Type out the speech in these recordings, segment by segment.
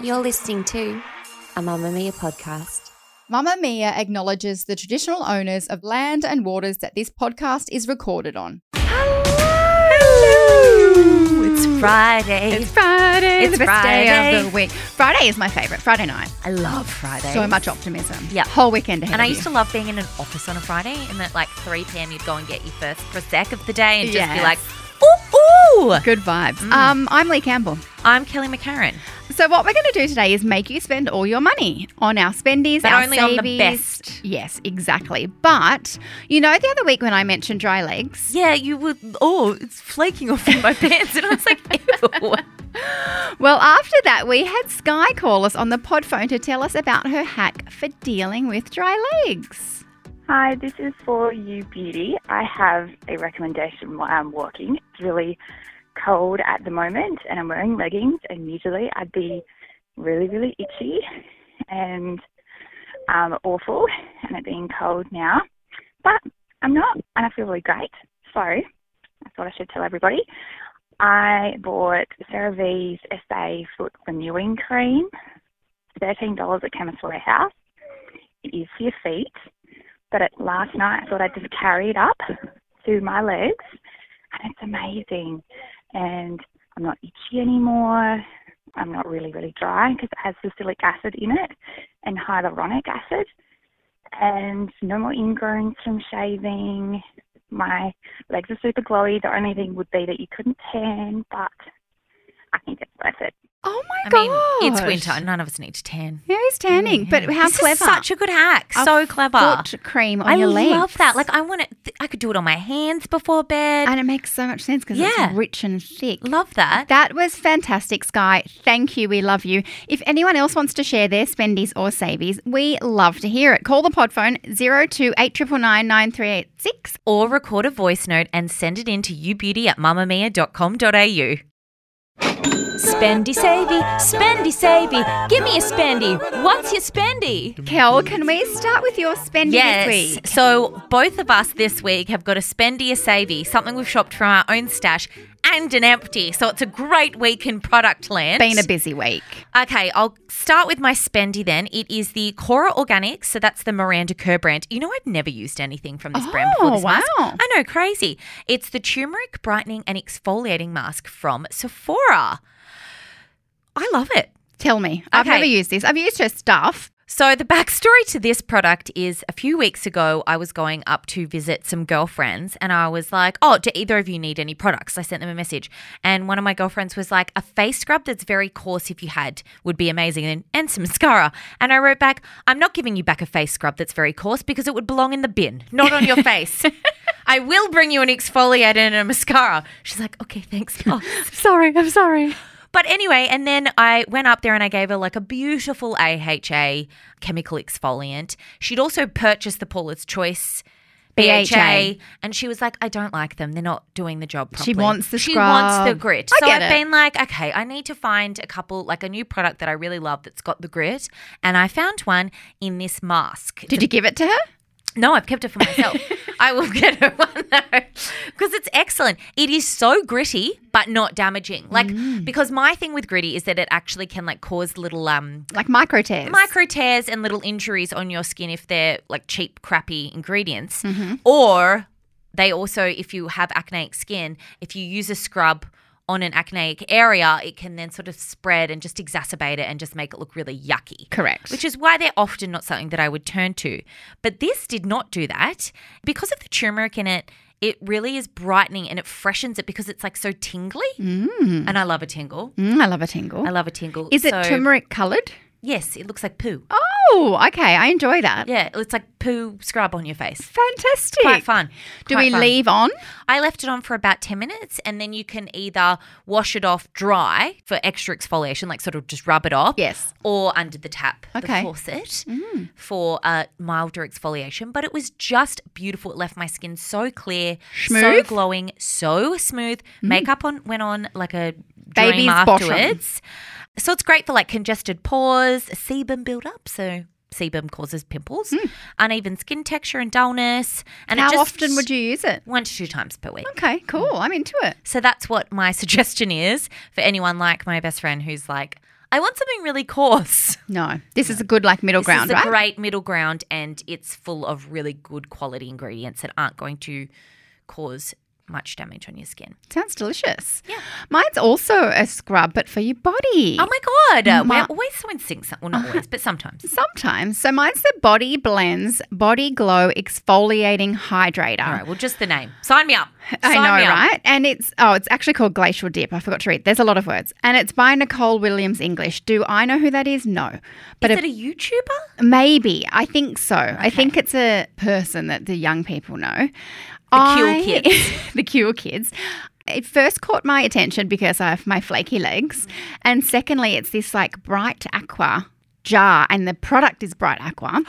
You're listening to a Mamma Mia podcast. Mamma Mia acknowledges the traditional owners of land and waters that this podcast is recorded on. It's Friday. It's Friday, It's the best day Friday. of the week. Friday is my favorite. Friday night, I love Friday. so much optimism. Yeah. whole weekend ahead. And I of used you. to love being in an office on a Friday, and at like 3 p.m., you'd go and get your first Prosec of the day and just be Yes. like, ooh, ooh. good vibes. Um, I'm Lee Campbell. I'm Kelly McCarran. So what we're going to do today is make you spend all your money on our spendies, But our only on the savies. best. Yes, exactly. But you know, the other week when I mentioned dry legs, Yeah, you would. Oh, it's flaking off in my pants. And I was like, ew. Well, after that, we had Sky call us on the pod phone to tell us about her hack for dealing with dry legs. Hi, this is for you, beauty. I have a recommendation while I'm walking. It's really cold at the moment, and I'm wearing leggings, and usually I'd be really, really itchy and um, awful, and it being cold now. But I'm not, and I feel really great. So I thought I should tell everybody. I bought Sarah V's SA Foot Renewing Cream, $13 at Chemist Warehouse. It is for your feet but it, last night I thought I'd just carry it up to my legs, and it's amazing. And I'm not itchy anymore. I'm not really, really dry because it has salicylic acid in it and hyaluronic acid. And no more ingrowns from shaving. My legs are super glowy. The only thing would be that you couldn't tan, but I think it's worth it. Oh my I god! mean, it's winter. and None of us need to tan. Mm-hmm. Yeah, he's tanning, but how this clever! Is such a good hack. so clever. Foot cream on I your legs. love that. Like, I want it. Th- I could do it on my hands before bed. and it makes so much sense because Yeah. it's rich and thick. love that. That was fantastic, Sky. Thank you. We love you. If anyone else wants to share their spendies or savies, we love to hear it. Call the pod phone 0289999386. or record a voice note and send it in to youbeauty at mamamia.com.au. Spendy savey, spendy savey, give me a spendy. What's your spendy? Kel, can we start with your spendie this Yes. week? So both of us this week have got a spendy, a savey, something we've shopped from our own stash, and an empty. So it's a great week in product land. Been a busy week. Okay, I'll start with my spendy then. It is the Cora Organics, so that's the Miranda Kerr brand. You know, I've never used anything from this brand before Oh, this mask. wow. I know, crazy. It's the turmeric brightening and exfoliating mask from Sephora. I love it. Tell me. I've Okay. never used this. I've used her stuff. So, the backstory to this product is a few weeks ago, I was going up to visit some girlfriends and I was like, Oh, do either of you need any products? I sent them a message. And one of my girlfriends was like, A face scrub that's very coarse, if you had, would be amazing, and, and some mascara. And I wrote back, I'm not giving you back a face scrub that's very coarse because it would belong in the bin, not on your face. I will bring you an exfoliator and a mascara. She's like, Okay, thanks. boss." Sorry, I'm sorry. But anyway, and then I went up there and I gave her like a beautiful AHA chemical exfoliant. She'd also purchased the Paula's Choice BHA, BHA. and she was like, "I don't like them. They're not doing the job She properly." wants the she wants the scrub. grit. I so get I've it. been like, okay, I need to find a couple like a new product that I really love that's got the grit, and I found one in this mask. Did you give it to her? No, I've kept it for myself. I will get her one though because it's excellent. It is so gritty but not damaging. Like because my thing with gritty is that it actually can like cause little um Like micro tears. micro tears and little injuries on your skin if they're like cheap crappy ingredients Mm-hmm. or they also if you have acneic skin, if you use a scrub on an acneic area, it can then sort of spread and just exacerbate it and just make it look really yucky. Correct. Which is why they're often not something that I would turn to. But this did not do that. Because of the turmeric in it, it really is brightening and it freshens it because it's like so tingly. Mm. And I love a tingle. Mm, I love a tingle. I love a tingle. Is it So- turmeric coloured? Yes, it looks like poo. Oh, okay. I enjoy that. Yeah, it's like poo scrub on your face. Fantastic. Quite fun. Do Quite we fun. leave on? I left it on for about 10 minutes and then you can either wash it off dry for extra exfoliation, like sort of just rub it off. Yes. Or under the tap, Okay. Mm. the faucet for uh, milder exfoliation. But it was just beautiful. It left my skin so clear, so Smooth? Mm. glowing, so smooth. Makeup on went on like a Baby's dream bottom. afterwards. So it's great for like congested pores, sebum buildup. So sebum causes pimples, uneven skin texture and dullness. And Hmm. it How just- Mm. often would you use it? one to two times per week. Okay, cool. I'm into it. So that's what my suggestion is for anyone like my best friend who's like, I want something really coarse. No, this is a good like middle This ground, is a right? great middle ground and it's full of really good quality ingredients that aren't going to cause much damage on your skin. Sounds delicious. Yeah. Mine's also a scrub, but for your body. Oh my God. uh, My- We're always so in sync. some- Well, not always, but sometimes. Sometimes. So mine's the Body Blends Body Glow Exfoliating Hydrator. All right. Well, just the name. Sign me up. I Sign me know, up. right? And it's oh, it's actually called Glacial Dip. I forgot to read. There's a lot of words, and it's by Nicole Williams English. Do I know who that is? No, but Is it- it a YouTuber? maybe I think so. I think it's a person that the young people know. The cool kids, the cool kids. It first caught my attention because I have my flaky legs, and secondly, it's this like bright aqua jar, and the product is bright aqua.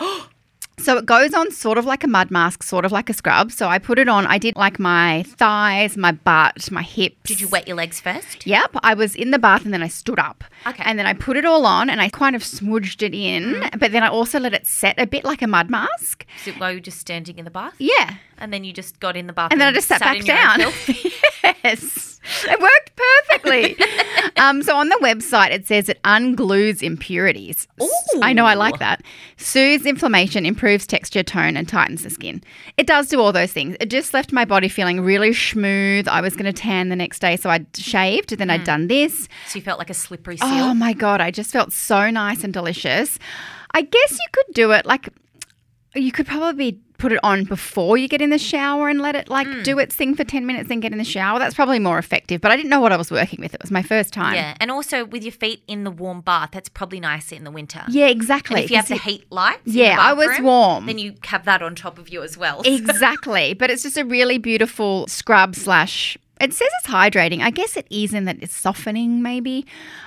So it goes on sort of like a mud mask, sort of like a scrub. So I put it on. I did like my thighs, my butt, my hips. Did you wet your legs first? Yep, I was in the bath and then I stood up. Okay. Mm-hmm. And then I put it all on and I kind of smudged it in, but then I also let it set a bit like a mud mask. Is it while you were just standing in the bath? Yeah. And then you just got in the bath And then I just sat back in your own down. filth? yes. It worked perfectly. um, so on the website, it says it unglues impurities. S- I know, I like that. Soothes inflammation, improves texture, tone, and tightens the skin. It does do all those things. It just left my body feeling really smooth. I was going to tan the next day, so I shaved, then Mm. I'd done this. So you felt like a slippery seal. Oh my god, I just felt so nice and delicious. I guess you could do it like you could probably put it on before you get in the shower and let it like Hmm. do its thing for 10 minutes then get in the shower. That's probably more effective, but I didn't know what I was working with. It was my first time. Yeah, and also with your feet in the warm bath, that's probably nicer in the winter. Yeah, exactly. And if you have 'cause the it- heat lights, in Yeah, the I was bathroom, warm. Then you have that on top of you as well. Exactly. But it's just a really beautiful scrub slash. It says it's hydrating. I guess it is in that it's softening, maybe.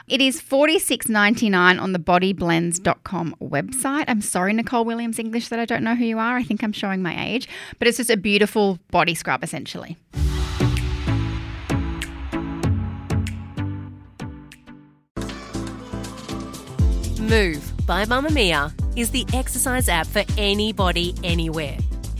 It is forty six ninety nine on the bodyblends.com website. I'm sorry, Nicole Williams English, that I don't know who you are. I think I'm showing my age. But it's just a beautiful body scrub, essentially. Move by Mamma Mia is the exercise app for anybody, anywhere.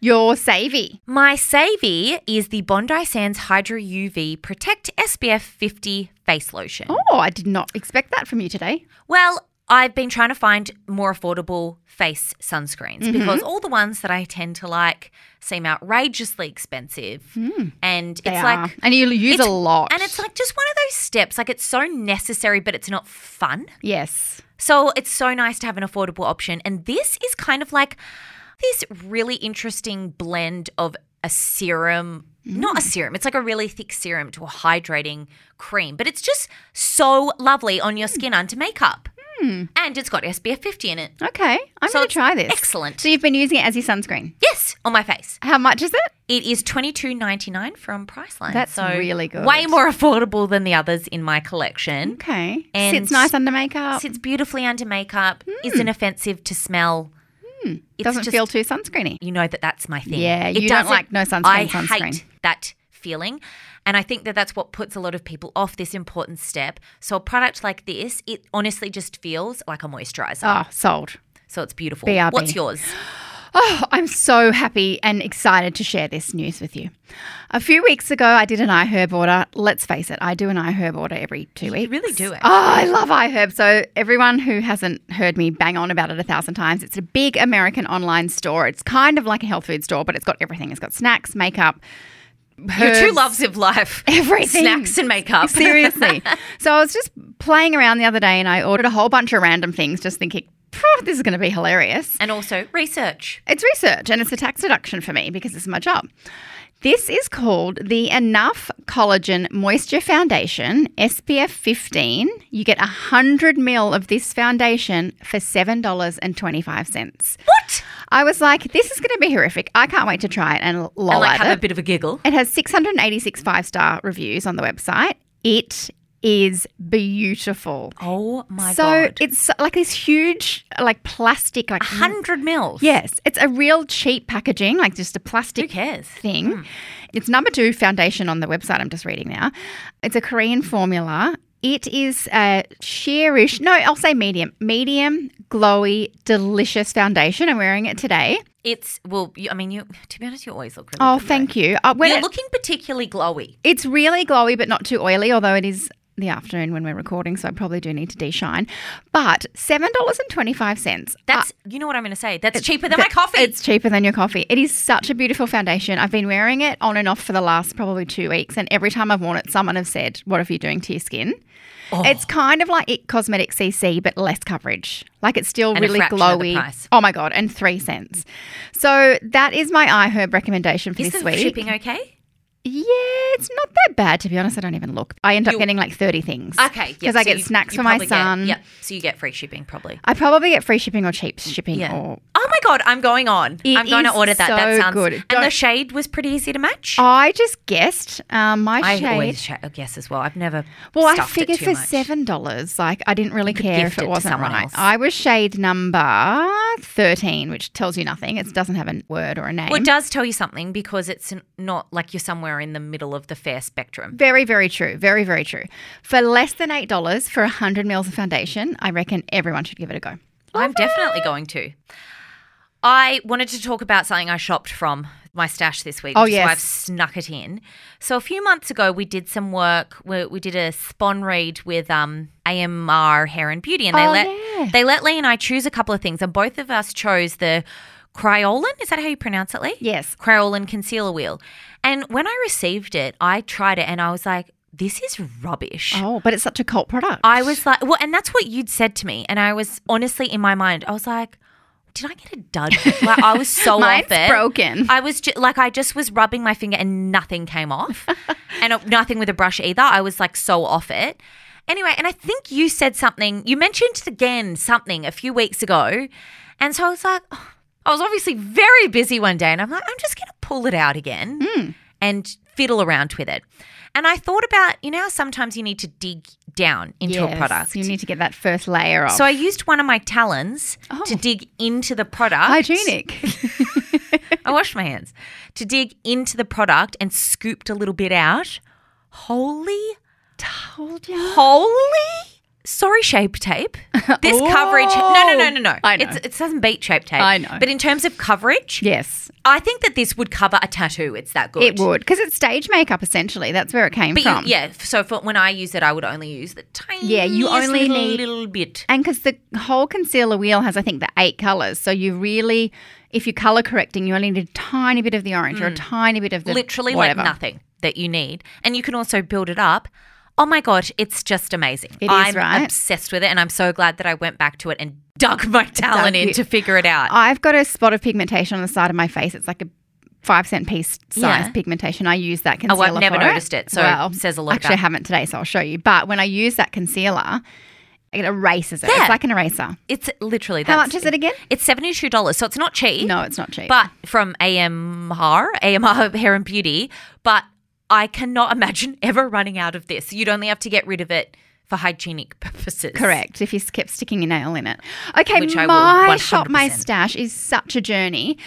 Your savvy. My Savy is the Bondi Sands Hydro UV Protect SPF 50 face lotion. Oh, I did not expect that from you today. Well, I've been trying to find more affordable face sunscreens because all the ones that I tend to like seem outrageously expensive. Hmm. And They it's are. like and you use a it's- lot. And it's like just one of those steps. Like it's so necessary, but it's not fun. yes. So it's so nice to have an affordable option. And this is kind of like this really interesting blend of a serum, not a Mm. serum, it's like a really thick serum to a hydrating cream, but it's just so lovely on your skin under makeup. Hmm. And it's got SPF 50 in it. Okay. I'm So going to it's try this. excellent. So you've been using it as your sunscreen. Yes, on my face. How much is it? It is twenty two ninety nine from Priceline. That's so really good. Way more affordable than the others in my collection. Okay. And- Sits nice under makeup. Sits beautifully under makeup. Isn't offensive to smell. It Hmm. doesn't feel too sunscreeny. you know that that's my thing. Yeah, you don't doesn't- like no sunscreen, I sunscreen. hate that feeling, and I think that that's what puts a lot of people off this important step. So a product like this, it honestly just feels like a moisturizer. Oh, sold. So it's beautiful. BRB. What's yours? Oh, I'm so happy and excited to share this news with you. A few weeks ago, I did an iHerb order. Let's face it, I do an iHerb order every two weeks. really do it. Oh, I love iHerb. So, everyone who hasn't heard me bang on about it a thousand times, it's a big American online store. It's kind of like a health food store, but it's got everything. It's got snacks, makeup, Your two herbs. loves of life. Everything. Snacks and makeup. Seriously. so I was just playing around the other day and I ordered a whole bunch of random things, just thinking, "Phew, this is going to be hilarious. and also research. It's research and it's a tax deduction for me because it's my job. This is called the Enough Collagen Moisture Foundation, SPF 15. You get 100 mil of this foundation for $7.25. What? I was like, this is going to be horrific. I can't wait to try it and loll and like at have it. a bit of a giggle. It has 686 five star reviews on the website. It is beautiful. Oh my so god. it's like this huge, like plastic, like hundred mils. Yes, it's a real cheap packaging, like just a Who plastic cares? Hmm. thing. It's number two foundation on the website. I'm just reading now. It's a Korean formula. It is a sheerish, no, I'll say medium, medium, glowy, delicious foundation. I'm wearing it today. It's well. You, I mean, you. To be honest, you always look. Really Oh, good, thank you. Uh, though. when You're it- looking particularly glowy. It's really glowy, but not too oily, although it is the afternoon when we're recording, so I probably do need to deshine. But $7.25. That's. you know what I'm going to say. That's cheaper than my coffee. Uh, It's cheaper than your coffee. It is such a beautiful foundation. I've been wearing it on and off for the last probably two weeks, and every time I've worn it, someone has said, What are you doing to your skin? Oh. It's kind of like it cosmetic CC, but less coverage. Like it's still And a really fraction of the glowy. price. Oh my god, and three cents. So that is my iHerb recommendation for Is this the week. shipping okay? Yeah, it's not that bad to be honest. I don't even look. I end up getting like thirty things. Okay. because I get snacks for my son. Yeah. So you get free shipping probably. I probably get free shipping or cheap shipping. Yeah. Or Oh my god, I'm going on. It I'm going to is order that. that so sounds good. And the Don't- shade was pretty easy to match. I just guessed um, my I shade. always sh- guess as well. I've never. well, I stuffed it figured too for much. seven dollars, like I didn't really care gift if it it to wasn't someone right. else. I was shade number thirteen, which tells you nothing. It doesn't have a word or a name. Well, it does tell you something because it's n- not like you're somewhere in the middle of the fair spectrum. Very, very true. Very, very true. For less than eight dollars for hundred mils of foundation, I reckon everyone should give it a go. I'm definitely going to. I wanted to talk about something I shopped from my stash this week. Oh, which is why yes. I've snuck it in. So a few months ago, we did some work. We, we did a spawn read with um, AMR Hair and Beauty, and they Oh, let yeah. they let Lee and I choose a couple of things, and both of us chose the Cryolan. Is that how you pronounce it, Lee? Yes. Cryolan concealer wheel. And when I received it, I tried it, and I was like, "This is rubbish." Oh, but it's such a cult product. I was like, well, and that's what you'd said to me. And I was honestly in my mind, I was like, did I get a dud? Like, I was so Mine's off it. broken. I was ju- like, I just was rubbing my finger and nothing came off, and uh, nothing with a brush either. I was like so off it. Anyway, and I think you said something. You mentioned again something a few weeks ago, and so I was like, oh. I was obviously very busy one day, and I'm like, I'm just gonna pull it out again Hmm. and fiddle around with it. And I thought about, you know, how sometimes you need to dig down into a Yes, product. You need to get that first layer off. so I used one of my talons to dig into the product. hygienic. I washed my hands to dig into the product and scooped a little bit out. Holy, Told you. holy! Sorry, shape tape. This coverage. No, no, no, no, no. Oh, I know. It's, it doesn't beat shape tape. I know. But in terms of coverage, Yes, I think that this would cover a tattoo. It's that good. it would because it's stage makeup essentially. That's where it came But you- from. yeah, so for when I use it, I would only use the tiny. Yeah, you only little, need- little bit. And because the whole concealer wheel has, I think, the eight colors. So you really, if you're color correcting, you only need a tiny bit of the orange or a tiny bit of the Mm. literally whatever. like nothing that you need. And you can also build it up. Oh my gosh, it's just amazing. It is, I'm right? obsessed with it and I'm so glad that I went back to it and dug my talent in you- Oh. to figure it out. I've got a spot of pigmentation on the side of my face. It's like a five cent piece size Yeah. pigmentation. I use that Oh, concealer. I've never for noticed it, so it says a lot Actually, about- I haven't today, so I'll show you. But when I use that concealer, it erases it. Yeah. It's like an eraser. it's literally How that's- much is it again? It's $72, so it's not cheap. No, it's not cheap. But from AMR, AMR Hair and Beauty, but I cannot imagine ever running out of this. You'd only have to get rid of it for hygienic purposes. Correct. If you s- kept sticking your nail in it. Okay, Which I will, my shop, my 100%. stash is such a journey.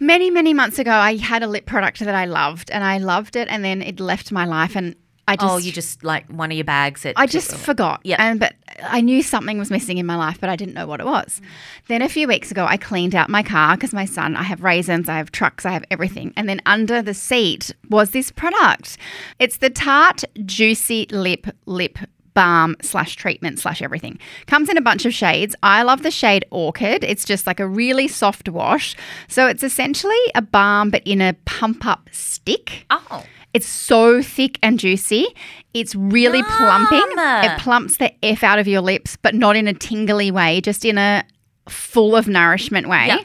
Many, many months ago, I had a lip product that I loved, and I loved it, and then it left my life, and I just, oh, you just Oh, like one of your bags. It I just forgot. Yeah. And but I knew something was missing in my life, but I didn't know what it was. Then a few weeks ago, I cleaned out my car because my son, I have raisins, I have trucks, I have everything. And then under the seat was this product. It's the Tarte Juicy Lip Lip balm slash treatment slash everything. Comes in a bunch of shades. I love the shade Orchid. It's just like a really soft wash. So it's essentially a balm, but in a pump up stick. Oh. It's so thick and juicy. It's really plumping. It plumps the F out of your lips, but not in a tingly way, just in a full of nourishment way.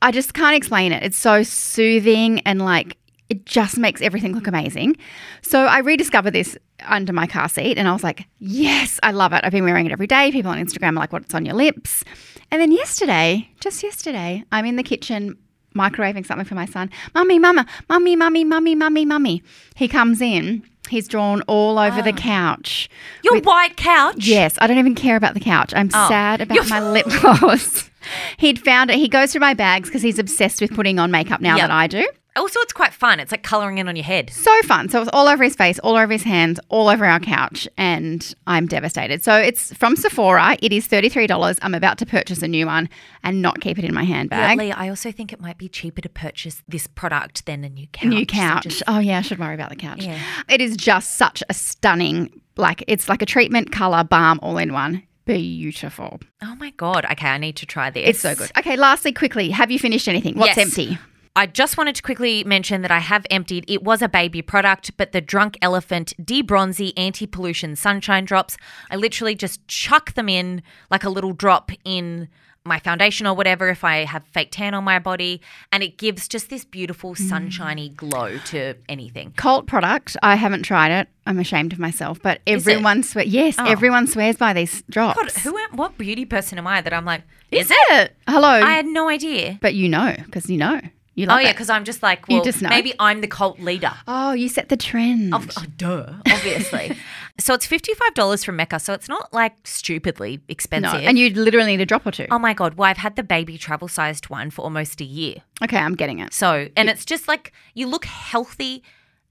I just can't explain it. It's so soothing and like it just makes everything look amazing. So I rediscovered this under my car seat and I was like, yes, I love it. I've been wearing it every day. People on Instagram are like, what's on your lips? And then yesterday, just yesterday, I'm in the kitchen microwaving something for my son. Mummy, mama, mummy, mummy, mummy, mummy, mummy. He comes in. He's drawn all over the couch. Your white couch. Oh. Yes, I don't even care about the couch. I'm sad about my lip gloss. He'd found it. He goes through my bags because he's obsessed with putting on makeup now Yeah. that I do. Also, Oh, it's quite fun. It's like colouring in on your head. So fun. So it was all over his face, all over his hands, all over our couch, and I'm devastated. So it's from Sephora. It is $33. I'm about to purchase a new one and not keep it in my handbag. Lee, I also think it might be cheaper to purchase this product than a new couch. New So couch. just- oh yeah, I should worry about the couch. Yeah. It is just such a stunning like it's like a treatment, colour, balm all in one. Beautiful. oh my god. Okay, I need to try this. It's so good. Okay, lastly, quickly, have you finished anything? What's Yes. empty? I just wanted to quickly mention that I have emptied. It was a baby product, but the Drunk Elephant Debronzy Anti Pollution Sunshine Drops. I literally just chuck them in like a little drop in my foundation or whatever if I have fake tan on my body, and it gives just this beautiful Mm. sunshiny glow to anything. Cult product. I haven't tried it. I'm ashamed of myself, but everyone swears. Yes, everyone swears by these drops. Oh. God, who am? What beauty person am I that I'm like? Is, it? Hello. I had no idea. but you know, because you know, you Oh love yeah, it. because I'm just like, You well, just know. maybe I'm the cult leader. Oh, you set the trend. Of- oh, duh, obviously. so it's fifty-five dollars from Mecca, so it's not like stupidly no, expensive. and you literally need a drop or two. oh my god, well, I've had the baby travel-sized one for almost a year. Okay, I'm getting it. So, and it's just like you look healthy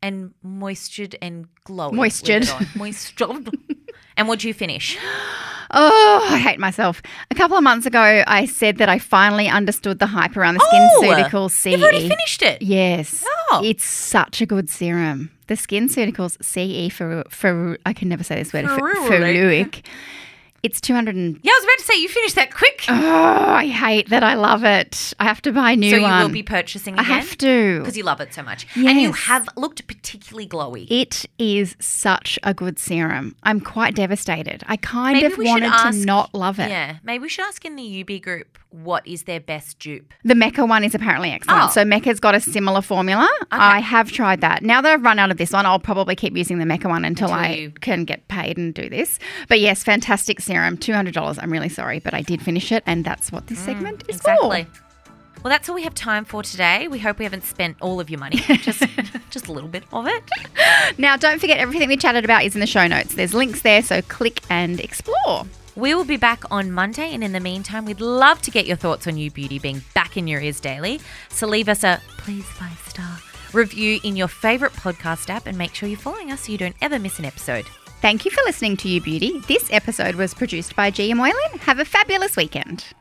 and moistured and glowing. with Moistured. it on. moistured. and what'd you finish? Oh, I hate myself. A couple of months ago, I said that I finally understood the hype around the skin Oh, surgical CE. You've already finished it. Yes. Oh. It's such a good serum. The Skin Surgicals CE for, for I can never say this word. fer- Ferulic. It's 200 and Yeah, I was about to say you finished that quick. Oh, I hate that I love it. I have to buy a new so you one. will be purchasing I again. have to. because you love it so much, and you Yes. have looked particularly glowy. It is such a good serum. I'm quite devastated. I kind Maybe of we should wanted ask- to not love it. Yeah, maybe we should ask in the UB group what is their best dupe. The Mecca one is apparently excellent. Oh. So Mecca's got a similar formula. I have tried that. Now that I've run out of this one, I'll probably keep using the Mecca one until, Until I you- can get paid and do this. But yes, fantastic serum. Two hundred dollars. I'm really sorry, but I did finish it, and that's what this segment is Mm, Exactly. for. Well, that's all we have time for today. We hope we haven't spent all of your money, just just a little bit of it. Now, don't forget everything we chatted about is in the show notes. There's links there, so click and explore. We will be back on Monday, and in the meantime, we'd love to get your thoughts on You Beauty being back in your ears daily. So leave us a please five star review in your favorite podcast app, and make sure you're following us so you don't ever miss an episode. Thank you for listening to You Beauty. This episode was produced by GM Moylan. Have a fabulous weekend.